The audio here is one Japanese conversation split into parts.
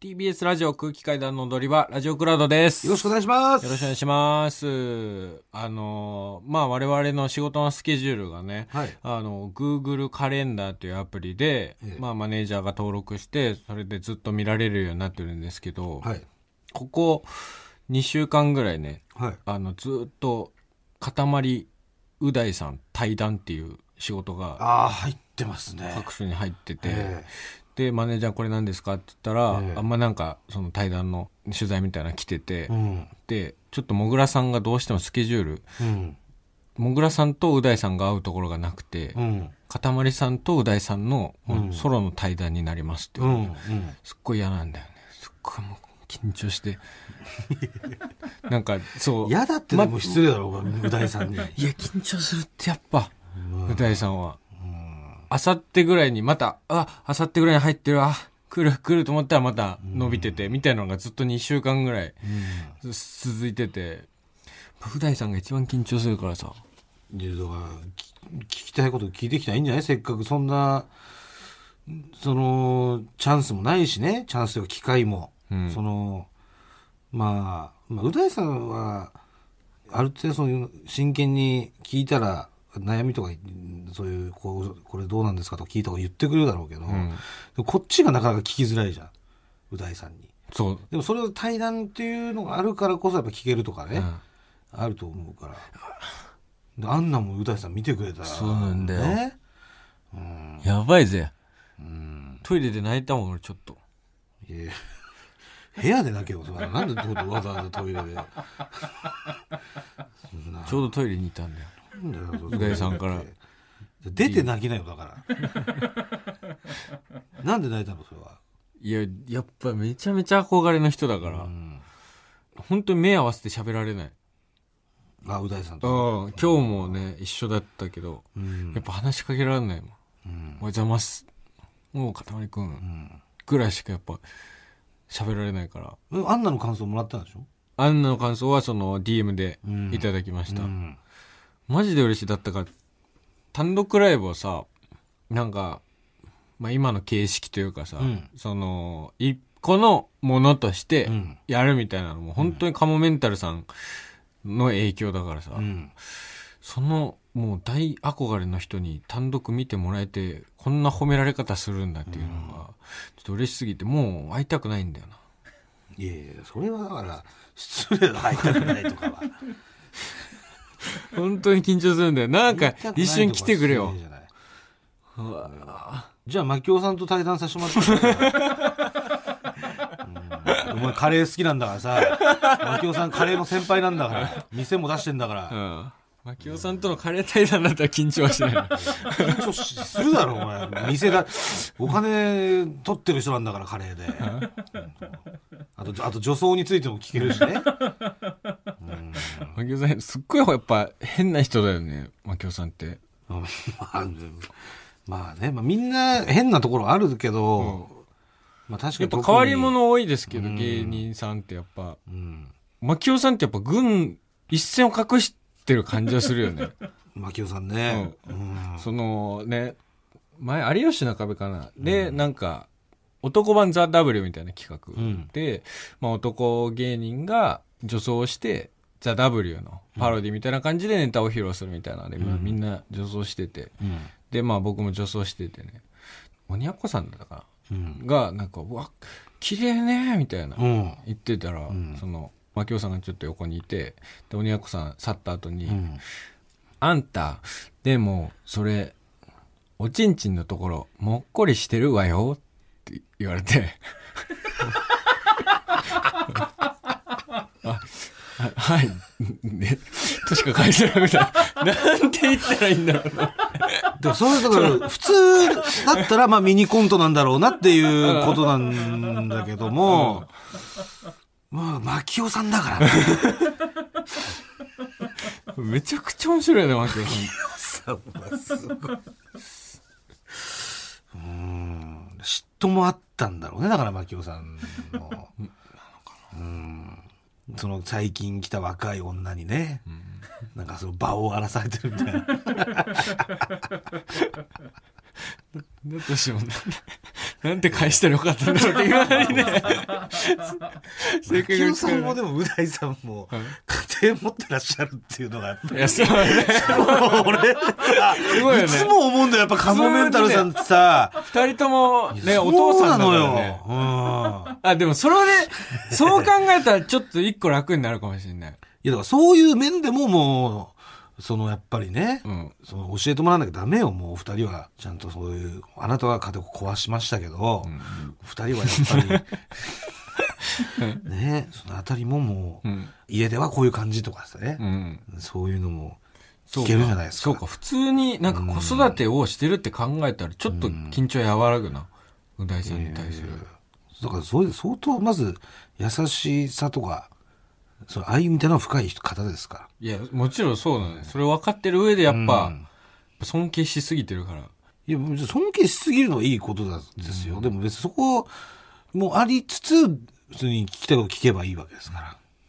TBS ラジオ空気階段の踊り場、ラジオクラウドです。よろしくお願いします。よろしくお願いします。あの、まあ、我々の仕事のスケジュールがね、はいあの、Google カレンダーというアプリで、ええまあ、マネージャーが登録して、それでずっと見られるようになってるんですけど、はい。ここ2週間ぐらいね、はい。あの、ずっと、塊う大さん対談っていう仕事が、ああ、入ってますね。各所に入ってて、えでマネージャーこれ何ですかって言ったら、ええあんまなんかその対談の取材みたいなの来てて、えうん。でちょっともぐらさんがどうしてもスケジュールうん。もぐらさんとう大さんが会うところがなくて、うん。かたまりさんとう大さんのもううんソロの対談になりますって、うん。うん。すっごい嫌なんだよねすっごいもう緊張して なんかそう嫌だってのも失礼だろ、お前う大さん に。いや緊張するってやっぱうんう大さんはうんあさってぐらいにまた、あ、あさってぐらいに入ってるわ。来る来ると思ったらまた伸びてて、みたいなのがずっと2週間ぐらいず続いてて、普段さんが一番緊張するからさ。うん。いやだからき聞きたいこと聞いてきたらいいんじゃないせっかくそんな、その、チャンスもないしね。チャンスというか機会も。うんその、まあ、まあ、う大さんは、ある程度そういう真剣に聞いたら、悩みとか、そういう、こう、これどうなんですかとか聞いた方が言ってくれるだろうけど、んでもこっちがなかなか聞きづらいじゃん。う大さんに。そう。でもそれを対談っていうのがあるからこそやっぱ聞けるとかね、うんあると思うから。であんなんもう大さん見てくれたら。そうなんだよね。うん。やばいぜ。うん。トイレで泣いたもん、俺ちょっと。いや部屋でなきゃよ、それはなんでどうわざわざトイレで。そんなちょうどトイレにいたんだよ。なんだよう大さんから。出て泣きなよ、だから。 なんで泣いたの、それは。いや、やっぱめちゃめちゃ憧れの人だから、うん。本当に目合わせて喋られない。あ、う大さんうと。ん、今日もね、一緒だったけど、うんやっぱ話しかけられないもん。うんおはようございます。もう、かたまりくんう。んぐらいしかやっぱ喋られないからえアンナの感想もらったんでしょアンナの感想はその DM でうんいただきました、うんマジで嬉しいだったから単独ライブをさなんか、まあ、今の形式というかさ、うんその一個のものとしてうんやるみたいなのも本当にカモメンタルさんの影響だからさ、うんそのもう大憧れの人に単独見てもらえてこんな褒められ方するんだっていうのがちょっと嬉しすぎてもう会いたくないんだよないやいやそれはだから失礼だ入りたくないとかは本当に緊張するんだよ。なんか入りたくないとか、は一瞬来てくれよ失礼。じゃないじゃあ牧雄さんと対談させても らってうんお前カレー好きなんだからさ牧雄さんカレーの先輩なんだから店も出してんだからうん。マキオさんとのカレー対談だったら緊張はしない。緊張しするだろお前店だお金取ってる人なんだからカレーであとあと女装についても聞けるし ねマキオさん、すっごいやっぱ変な人だよね、マキオさんって。うんまあ、でもまあね、まあ、みんな変なところあるけど、まあ確かやっにぱ特に変わり、者多いですけど、うん芸人さんってやっぱ。うん、マキオさんってやっぱ軍、一線を隠してる感じはするよ ね。牧雄さんね、うんそのね、前、有吉の壁かな。で、なんか、男版ザ・ W みたいな企画。うんで、まあ、男芸人が女装をして、ザ・ W のパロディみたいな感じでネタを披露するみたいなので、うんみんな女装してて。うんで、まあ僕も女装しててね。鬼奴さんだったかうんなが、なんか、うわ、綺麗ねみたいなう。ん言ってたら、うんその、マキオさんがちょっと横にいて、で、鬼奴さん去った後に、うんあんた、でも、それ、おちんちんのところ、もっこりしてるわよって言われ て。あははい。ね。としか返せなくて。なんて言ったらいいんだろうな。でもそれだから普通だったらまあミニコントなんだろうなっていうことなんだけども、まあ牧雄さんだからねめちゃくちゃ面白いよね、マキオさん。さあすごいうん嫉妬もあったんだろうねだから牧雄さんのうんその最近来た若い女にね、なんかその場を荒らされてるみたいなだとしてもなん、 なんて返したらよかったんだろうって言わないね。 正解清がさんもい。でも、う大さんもはい、家庭持ってらっしゃるっていうのが、やっぱいや、そうだね。り俺、あすごいよねいつも思うんだよ、やっぱカモメンタルさんってさ、二人とも、ね、そうお父さんだなかのらよ。ね。うん。あ、でもそれで、そう考えたらちょっと一個楽になるかもしれない。いや、だからそういう面でももう、そのやっぱりね、うん。その教えてもらわなきゃダメよ、もうお二人は。ちゃんとそういう、あなたは家庭を壊しましたけど、お二人はやっぱり、 ね、そのあたりももう、うん。家ではこういう感じとかさねう、ん。そういうのもそう聞かけるじゃないですか。そうか、普通になんか子育てをしてるって考えたら、ちょっと緊張和らぐな。う大さんに対する。だからそういう相当まず優しさとか、その愛みたいなのが深い方ですから。いや、もちろんそうだね。それ分かってる上でやっぱ、尊敬しすぎてるから。いや、別に尊敬しすぎるのはいいことなんですよ。でも別にそこもありつつ、普通に聞きたいこと聞けばいいわけですか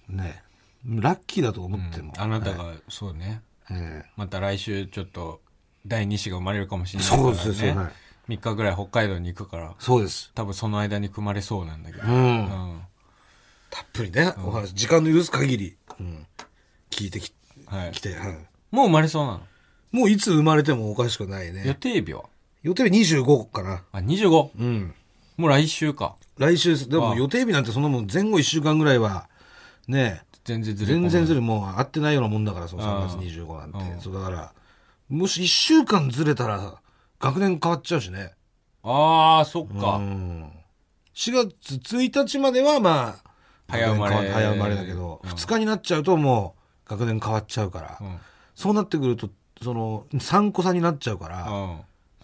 ら。ねラッキーだと思っても。あなたはいが、そうね。えまた来週ちょっと、第2子が生まれるかもしえれないから、そね。うですね。はい3日ぐらい北海道に行くから、そうです。多分その間に組まれそうなんだけど。う。うんん。たっぷりね、お話、時間の許す限り、うん聞いてきはいき。て、はいもう生まれそうなの。もういつ生まれてもおかしくない予ね。定日は予定日25かな。あ、25。うん。もう来週か。来週です。であもあ予定日なんてそんなもん前後1週間ぐらいは、ね全然ずれ込全ない然ずれもう合ってないようなもんだから、そのああ3月25なんてう。んそうだから、もし1週間ずれたら、学年変わっちゃうしね。ああ、そっうか。ん。4月1日まではまあ、早生まれ学年変わ早生まれだけど、うん2日になっちゃうともう学年変わっちゃうから、うん。そうなってくると、その、3個差になっちゃうから、うん。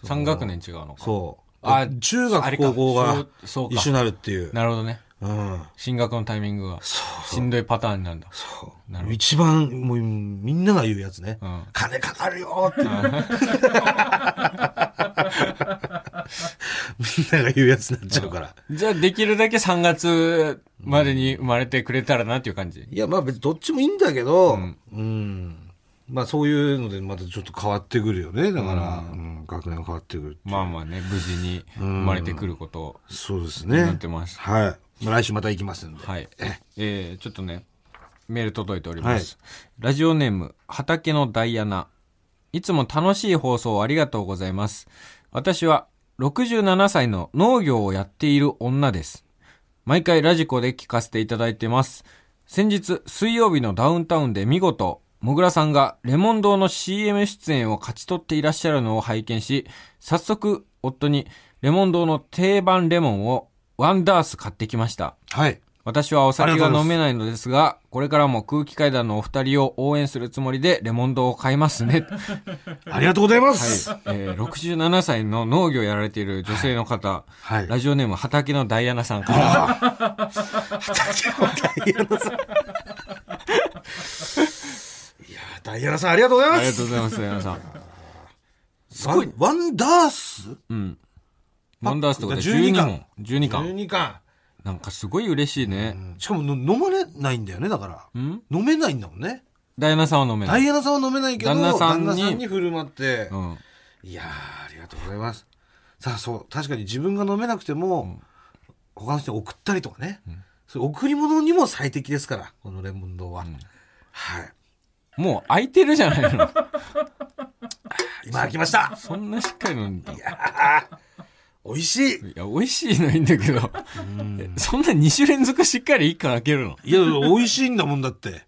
3学年違うのか。そう。あ中あれか学、高校が小そうか一緒になるっていう。なるほどね。うん。進学のタイミングが。そうしんどいパターンになるんだ。そうなるほど一番、もう、みんなが言うやつね。うん金かかるよーって。みんなが言うやつになっちゃうから。じゃあ、できるだけ3月までに生まれてくれたらなっていう感じ。いや、まあ別にどっちもいいんだけど、うんん。まあそういうのでまたちょっと変わってくるよね。だから、うん学年が変わってくるっていうまあまあね、無事に生まれてくることを。そうですね。なってますはい。まあ来週また行きますんで。はい。えー、ちょっとね、メール届いております。ラジオネーム、畑のダイアナ。いつも楽しい放送ありがとうございます。私は67歳の農業をやっている女です。毎回ラジコで聞かせていただいてます。先日、水曜日のダウンタウンで見事、もぐらさんがレモン堂の CM 出演を勝ち取っていらっしゃるのを拝見し、早速、夫にレモン堂の定番レモンをワンダース買ってきました。はい。私はお酒ありががとうございます飲めないのですが、これからも空気階段のお二人を応援するつもりでレモンドを買います ね。はい、ありがとうございます。えー67歳の農業やられている女性の方、はい。ラジオネーム畑のダイアナさんから、 ダイアナさんありがとうございます。ありがとうございます、ダイアナさん。すごい。ワンダースうん。モンダースってことで12本12巻。 12巻。 12巻。なんかすごい嬉しいね。しかもの飲まれないんだよね、だから。ん飲めないんだもんね。ダイアナさんは飲めなダい。イアナさんは飲めないけど、旦旦那那ささんにんに振る舞って、うん。いやー、ありがとうございます。さあ、そう、確かに自分が飲めなくても、他の人に送ったりとかね。それ贈り物にも最適ですから、このレモン堂は。はい。もう空いてるじゃないの。 今開きましたそんなしっかり飲んだの。い美味しいや、美味しいのはいいんだけど、 そんな2週連続しっかり1巻開けるのいや、美味しいんだもんだって。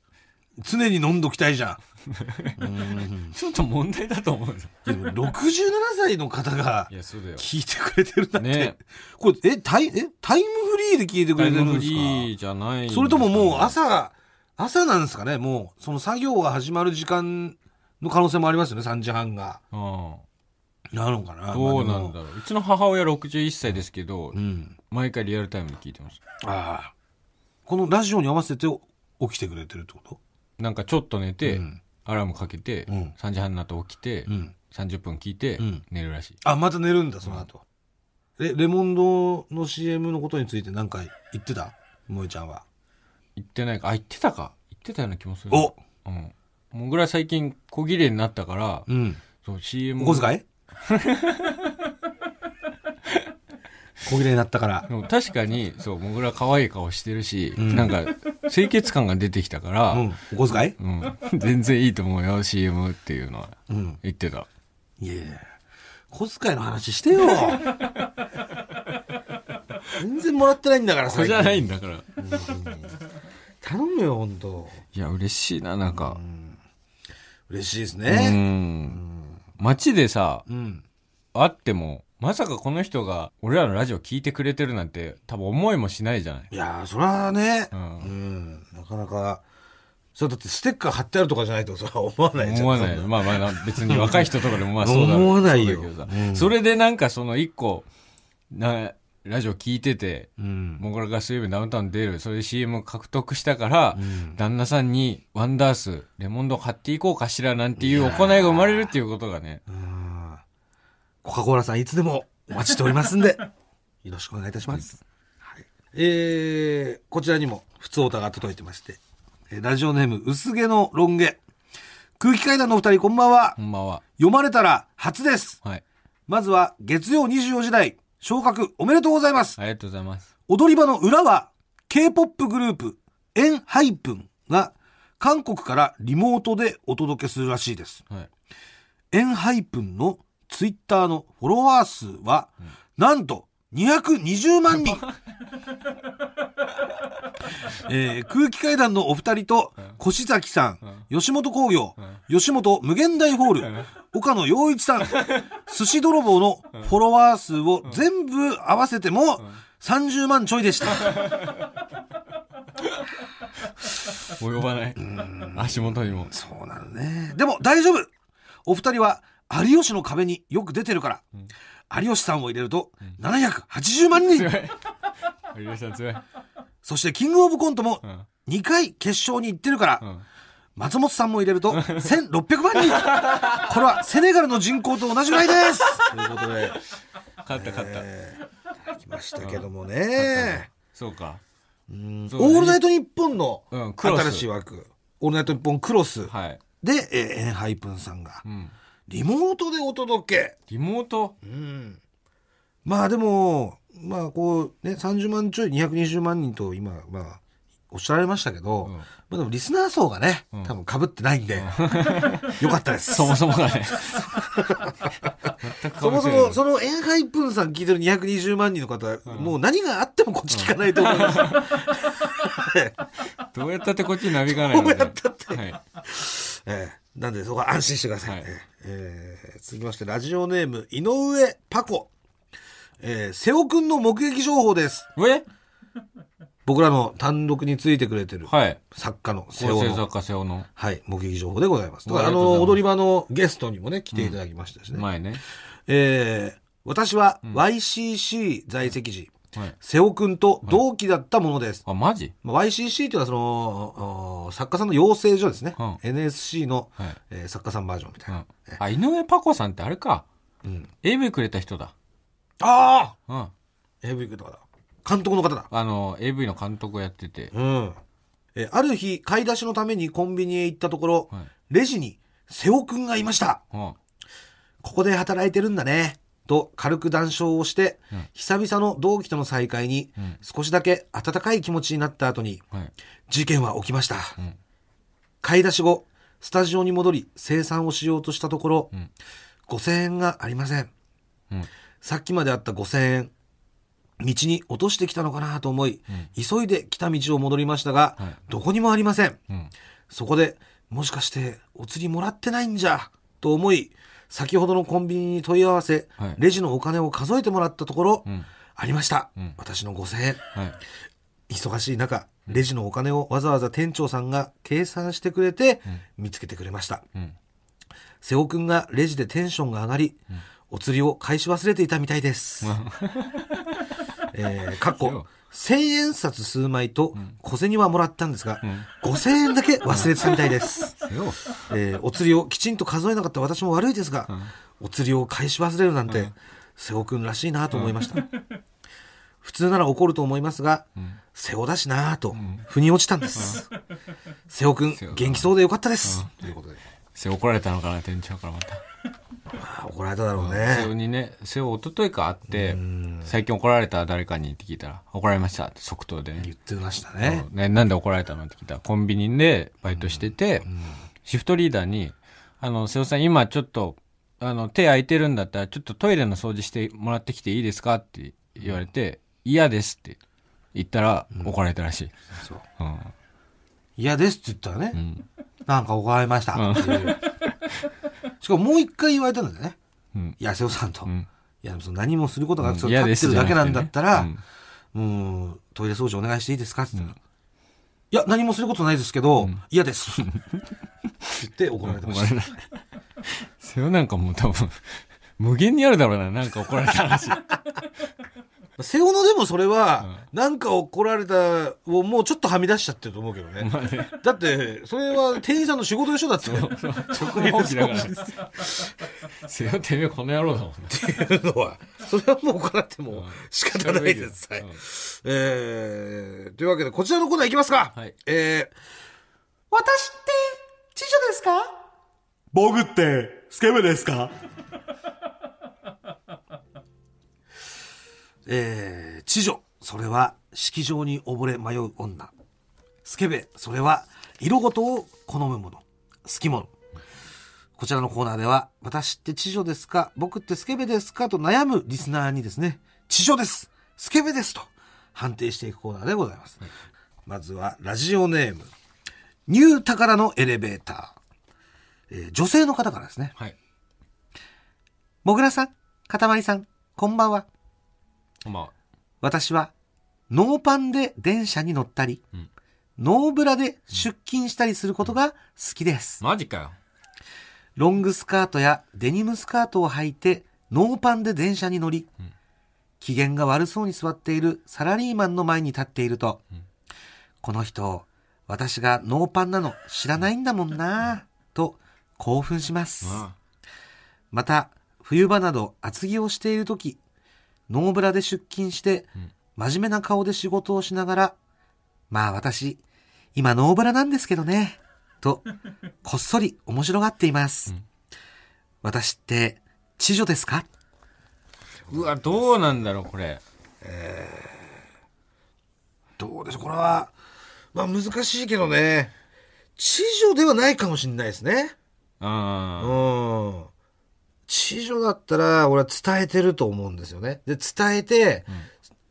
常に飲んどきたいじゃん。 ちょっと問題だと思うんだいやでも67歳の方がいや、そうだよ。聞いてくれてるなんて。ねこれ、え、タイ、え、タイムフリーで聞いてくタれイてるムんフですかリーじゃない。それとももう朝が、朝なんですかねもう、その作業が始まる時間の可能性もありますよね、3時半が。うなのかなどうなんだまろあう。うちの母親61歳ですけどでもう、ん。毎回リアルタイムで聞いてます。ああ。このラジオに合わせて起きてくれてるってことなんかちょっと寝てうん、アラームかけてうん、 3時半になって起きて、ん。 30分聞いてうん、寝るらしい。あ、また寝るんだ、その後。え、レモンドの CM のことについて何か言ってた萌えちゃんは。言ってないか。あ、言ってたか。言ってたような気もする。おうん。もぐら最近小切れになったからう、ん。 そう、CM おを小遣い小切れになったからで。も確かに、そう、もぐら可愛い顔してるし、なんか、清潔感が出てきたから、うん。お小遣いうん、全然いいと思うよ CM っていうのはん言ってた、いやいや小遣いの 話してよ。全然もらってないんだから、。これじゃないいんだから頼むよ、本当いや嬉しいななんか嬉しいですうね。ん街でさうん。会ってもまさかこの人が俺らのラジオ聞いてくれてるなんて多分思いもしないじゃないいやー、それはね、ううんん、なかなか、それだってステッカー貼ってあるとかじゃないと、それは思わないじゃん。思わないそんまあまあな別に若い人とかでもまあそうだ思わないよそうだけどさ、うんそれでなんかその一個なラジオ聞いててうん。もぐらが水曜日ダウンタウン出る、それで CM 獲得したから、旦那さんにワンダース、レモンド買っていこうかしらなんていう行いが生まれるっていうことがね、うんコカ・コーラさん、いつでもお待ちしておりますん で、よろしくお願いいたします。はい、えー、こちらにも、普通オタが届いてまして、えーラジオネーム、薄毛のロン毛。空気階段のお二人、こんばんはほ。んまは。読まれたら初です。はい。まずは、月曜24時台、昇格おめでとうございます。ありがとうございます。踊り場の裏は K-POP グループエンハイプンが韓国からリモートでお届けするらしいです。はい。エンハイプンのツイッターのフォロワー数は、なんと220万人えー空気階段のお二人と、越崎さん、吉本興業、吉本無限大ホール、岡野陽一さん、寿司泥棒のフォロワー数を全部合わせても、30万ちょいでした。及ばない。足元にも。そうなのね。でも大丈夫お二人は有吉の壁によく出てるから、有吉さんを入れると780万人、有吉さん強い。そしてキングオブコントもうん。 2回決勝に行ってるから、うん。松本さんも入れると1600万人これはセネガルの人口と同じぐらいですということで、勝った勝った。えー、来ましたけどもね。そうか。うんそうだねオールナイトニッポンのうんクロス新しい枠、オールナイトニッポンクロスはい。で、えーエンハイプンさんがうん。リモートでお届け。リモートうんまあでも、まあこうね、30万ちょい、220万人と今、まあ、おっしゃられましたけど、うんまあでもリスナー層がね、ん多分被ってないん で、よかったです。そもそもがね。全く被そもせそないも、そのエンハイプンさん聞いてる220万人の方、もう何があってもこっち聞かないと思います。どうやったってこっちになびかないので。どうやったってはい。ええなんでそこは安心してくださはい。いええ続きまして、ラジオネーム、井上パコ。えー、瀬尾くんの目撃情報です。え僕らの単独についてくれてるはい。作家の瀬構尾成の作家瀬尾のはい、目撃情報でございます。ありがあとうございの、ます踊り場のゲストにもね、来ていただきましたしね。前ね。えー私は YCC 在籍時、はい。瀬尾くんと同期だったものです。あ、マジまあ YCC というのはその、お作家さんの養成所ですね。うん NSC の、はいえー作家さんバージョンみたういんな。。あ、井上パコさんってあれか。うん。 AV くれた人だ。ああうん。 !AV とかだ。監督の方だ。あの、AV の監督をやってて。うん。えーある日、買い出しのためにコンビニへ行ったところ、はいレジに瀬尾くんがいました。うん。ここで働いてるんだね。と軽く談笑をして、うん久々の同期との再会にうん少しだけ温かい気持ちになった後にはい。事件は起きました。ん買い出し後、スタジオに戻り生産をしようとしたところ、うん5000円がありません。うん。さっきまであった5000円、道に落としてきたのかなと思い、急いで来た道を戻りましたが、はいどこにもありません。うん。そこで、もしかして、お釣りもらってないんじゃ、と思い、先ほどのコンビニに問い合わせ、はいレジのお金を数えてもらったところ、うん。ありました。うん私の5000円。はい。忙しい中、レジのお金をわざわざ店長さんが計算してくれて、見つけてくれました。うん。瀬尾くんがレジでテンションが上がり、お釣りを返し忘れていたみたいです。 えー、かっこ、1000円札数枚と小銭はもらったんですが、5000円だけ忘れてたみたいです。瀬尾。 えーお釣りをきちんと数えなかった私も悪いですが、お釣りを返し忘れるなんて、瀬尾くんらしいなと思いました。 普通なら怒ると思いますが、瀬尾だしなぁと、腑に落ちたんです。瀬尾くん瀬尾、元気そうでよかったです。ということで、瀬尾怒られたのかな、店長からまた。まあ怒怒られただろう瀬尾ね。にね、瀬尾一昨日か会ってん、最近怒られた誰かにって聞いたら、怒られましたって即答でね言ってましたね。ね、なんで怒られたのって聞いたら、コンビニでバイトしてて、シフトリーダーに、あの、瀬尾さん今ちょっと、あの、手空いてるんだったら、ちょっとトイレの掃除してもらってきていいですかって言われて、嫌ですって言ったら、怒られたらしい。そう。うん。嫌ですって言ったらうね、ん。なんか怒られましたっていう。しかももう一回言われたんだよね。うん。いや、瀬尾さんと。ういんや、その何もすることがなくて、うん嫌で立すってるだけなんだったらじゃなく、もう、トイレ掃除お願いしていいですかって言ったら、いや、何もすることないですけど、嫌です。って言って怒られてま怒 しらたれ。た。瀬尾なんかもう多分、無限にあるだろうな、なんか怒られたら しい。瀬尾のでもそれは、なんか怒られたをもうちょっとはみ出しちゃってると思うけどね。だって、それは店員さんの仕事でしょだって。そこ本気だから。瀬尾てめえこの野郎だもんね。っていうのは、それはもう怒られても仕方ないです。はいうん。えー、というわけで、こちらのコーナーいきますか。はいえー、私って、知女ですか僕って、スケベですかえー、知女、それは、式場に溺れ迷う女。スケベ、それは、色ごとを好むもの。好きもの。こちらのコーナーでは、私って知女ですか僕ってスケベですかと悩むリスナーにですね、知女ですスケベですと判定していくコーナーでございます。まずは、ラジオネーム、ニュータカラのエレベーター。えー女性の方からですね。はい。もぐらさん、かたまりさん、こんばんは。ま私は、ノーパンで電車に乗ったり、んノーブラで出勤したりすることが好きですあ、。マジかよ。ロングスカートやデニムスカートを履いて、ノーパンで電車に乗り、機嫌が悪そうに座っているサラリーマンの前に立っていると、この人、私がノーパンなの知らないんだもんなぁ、と興奮します。あまた、冬場など厚着をしているとき、ノーブラで出勤して、真面目な顔で仕事をしながら、まあ私、今ノーブラなんですけどね、と、こっそり面白がっています。私って、知女ですかうわ、どうなんだろう、これ。どうでしょうこれは、まあ難しいけどね、知女ではないかもしれないですね。ああ。うん。知女だったら、俺は伝えてると思うんですよね。で、伝えて、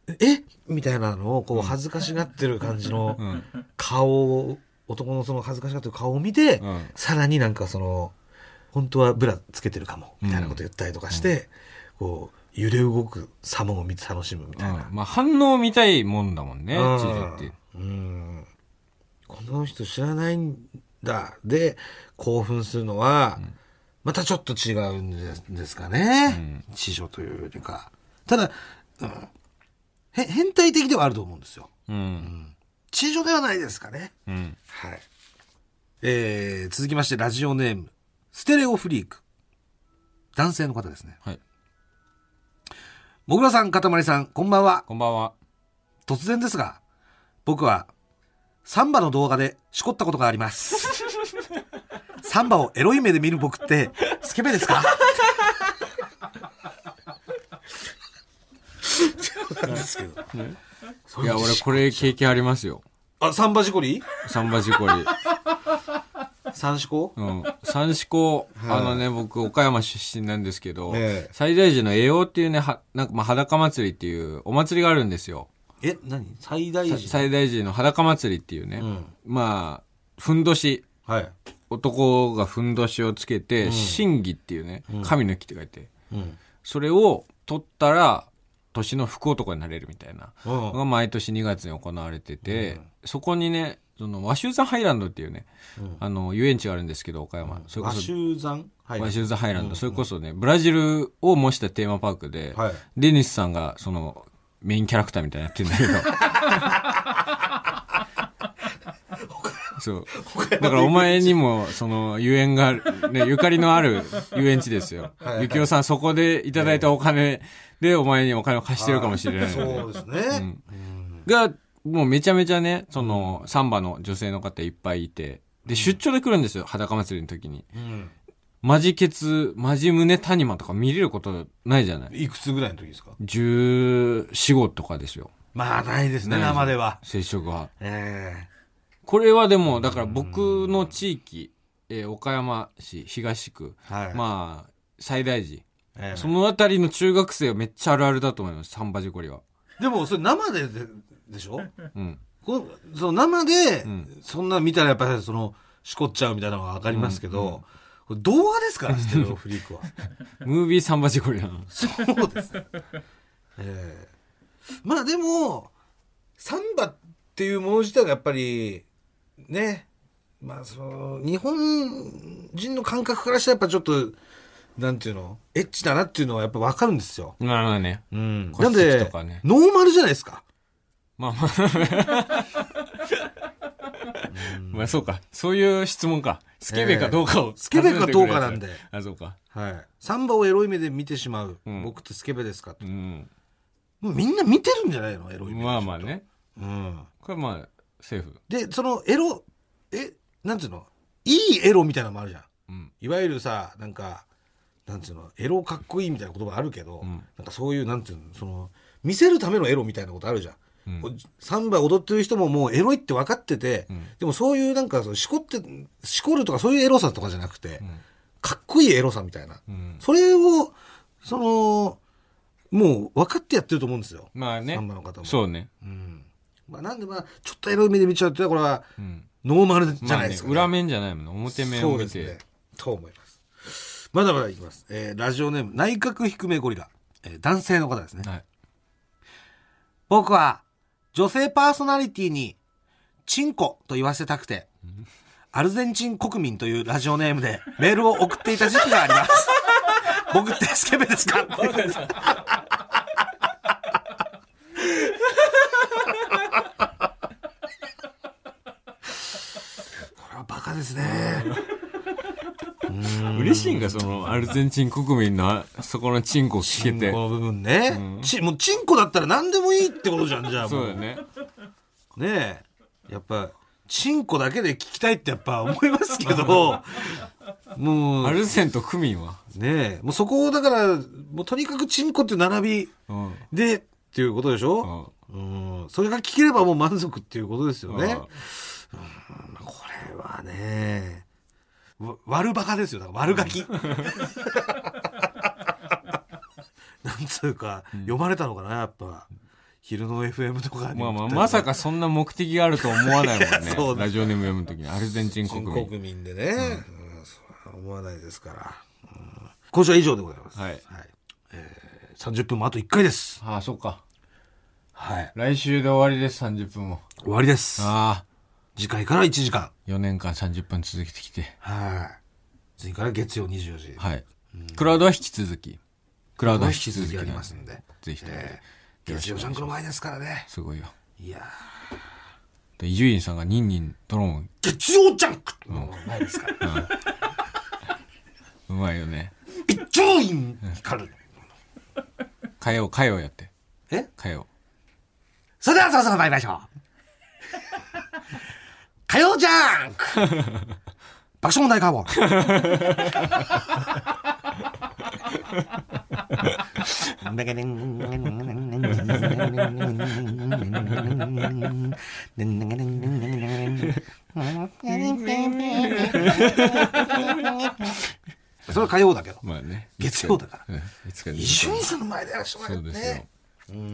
えみたいなのを、こう、恥ずかしがってる感じのん顔を、男のその恥ずかしがってる顔を見て、うんさらになんかその、本当はブラつけてるかも、みたいなこと言ったりとかして、こう、揺れ動く様を見て楽しむみたいな。うんまあ、反応見たいもんだもんね、うんチーズって。うんこの人知らないんだで興奮するのは、またちょっと違うんですですかね、知女というよりかただ、うんへ変態的ではあると思うんですようん。知女ではないですかねうん。はいえー、続きましてラジオネームステレオフリーク男性の方ですねはい。もぐらさんかたまりさんこんばんはこんばんは。突然ですが、僕は、サンバの動画でしこったことがあり ます。サンバをエロい目で見る僕って、スケベですかそうなんですけど。いや、俺これ経験ありますよ。あ、サンバ事故りサンバ事故に。三四股うん。三四股、あのね、僕、岡山出身なんですけどええ、最大寺の栄養っていうね、は、なんか、まあ、裸祭りっていうお祭りがあるんですよ。え、何最大さ時最大寺の裸祭りっていうね、んまあ、ふんどし。はい。男がふんどしをつけて、神儀っていうね、神の木って書いて、うん。それを取ったら、年の福男になれるみたいなうんのが毎年2月に行われてて、そこにね、その、和州山ハイランドっていうね、あの、遊園地があるんですけど、岡山。それこ和そ、州山は和い。州山ハイランド、それこそね、ブラジルを模したテーマパークで、はいデニスさんが、その、メインキャラクターみたいになってんだけど。そう。だからお前にも、その、遊園がある、 ね、ゆかりのある遊園地ですよ。ゆきおさん、そこでいただいたお金で、お前にお金を貸してるかもしれないのでそうですね。が、もうめちゃめちゃね、その、サンバの女性の方いっぱいいて、で、出張で来るんですよ、裸祭りの時に。うん。マジケツ、マジ胸谷間とか見れることないじゃないいくつぐらいの時ですか ?14、5とかですよ。まあ、ないですなね、いです生では。接触は。ええこれはでも、だから僕の地域、えー岡山市東区、はいまあ、最大寺。ええそのあたりの中学生はめっちゃあるあるだと思います、サンバジコリは。でも、それ生でででしょうん。このその生で、そんな見たらやっぱりその、しこっちゃうみたいなのがわかりますけど、これ動画ですから、ステレオフリーク は。ムービーサンバジコリなの。そうですね。ええまあでも、サンバっていうもの自体がやっぱり、ね、まあその、日本人の感覚からしたらやっぱちょっと、なんていうの、エッチだなっていうのはやっぱわかるんですよ。なるほどね。うんな骨ん折でとかね、ノーマルじゃないですか。まあまあ。まあそうか。そういう質問か。スケベかどうかを、スケベかどうかなんで。あ、そうか。はい。サンバをエロい目で見てしまう。ん僕ってスケベですかとう。ん。もうみんな見てるんじゃないのエロい目。まあまあね。うん。これまあ、セーフ。で、そのエロ、え、なんていうのいいエロみたいなのもあるじゃん。うん。いわゆるさなんかなんつうのエロかっこいいみたいな言葉あるけど、んなんかそういうなんつうのその見せるためのエロみたいなことあるじゃん。うんこうサンバ踊ってる人ももうエロいって分かってて、んでもそういうなんかそのしこってしこるとかそういうエロさとかじゃなくて、んかっこいいエロさみたいな、うん。それをそのもう分かってやってると思うんですよ、まあねサン。バの方も。そうね。うんまあ、なんでまあちょっとエロい目で見ちゃうっていうのはこれはうん。ノーマルじゃまあないでねす、か、裏面じゃないもんね。表面そをうで見すねて。。と思います。まだまだいきます。えーラジオネーム、内閣低めゴリラ。えー男性の方ですね。はい。僕は、女性パーソナリティに、チンコと言わせたくて、アルゼンチン国民というラジオネームでメールを送っていた時期があります。 僕ってスケベですかこれはバカですね。嬉しいんか、その、アルゼンチン国民の、そこのチンコを聞けてこ。の部分ね、ちもうチンコだったら何でもいいってことじゃんじゃあもそううだね。ねえやっぱチンコだけで聞きたいってやっぱ思いますけ どもアうルゼンとクミンは。ねえもうそこをだからもうとにかくチンコっていう並びうん。でっていうことでしょ、うん、それが聞ければもう満足っていうことですようん。ね、これはねわ悪バカですよだから悪ガキ なんつうか、読まれたのかなやっぱ昼の FM とかにまあまあ、送ったりとまさかそんな目的があるとは思わないもんね そう。ラジオネーム読むときに、アルゼンチン国新民。国民でね、うんそれは思わないですから、うん今週は以上でございます、はいえー30分もあと1回ですああ、そうか。はい来週で終わりです、30分も。終わりですああ、次回から1時間4年間30分続けてきて。はい次から月曜24時、はい。クラウドは引き続き。クラウドは引引きき続き続きなあんでりますんで、ぜひともえー月曜ジャンクの前ですからねすごいよ。いやーで伊集院さんがニンニンドローン、月曜ジャンクの前ですからうまいよね。一丁院光る火曜、火曜やって。え火曜。それではそろそろ参りましょう。火曜ジャンク爆笑問題カーボン。それは火曜だけど。まあね。月曜だからうん。いつか伊集院さんの前でやらせてもらそううですよね。。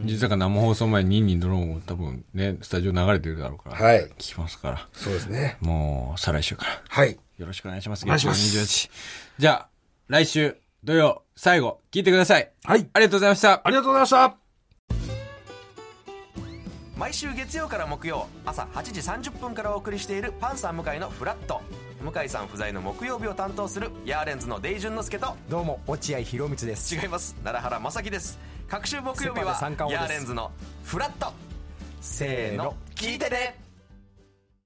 実は生放送前にニンニンドローンを多分ね、スタジオ流れてるだろうから。はい聞きますから。そうですね。もう、再来週から。はい。よろしくお願いします。お願いします月曜28じゃあ、来週土曜最後聞いてください。はい。ありがとうございました。ありがとうございました。毎週月曜から木曜朝8時30分からお送りしている「パンサー向井のフラット」向井さん不在の木曜日を担当するヤーレンズのデイジュンの之介とどうも落合博満です違います奈良原正樹です各週木曜日はセパで三冠王ヤでーすレンズの「フラット」せせーーのの聞いてね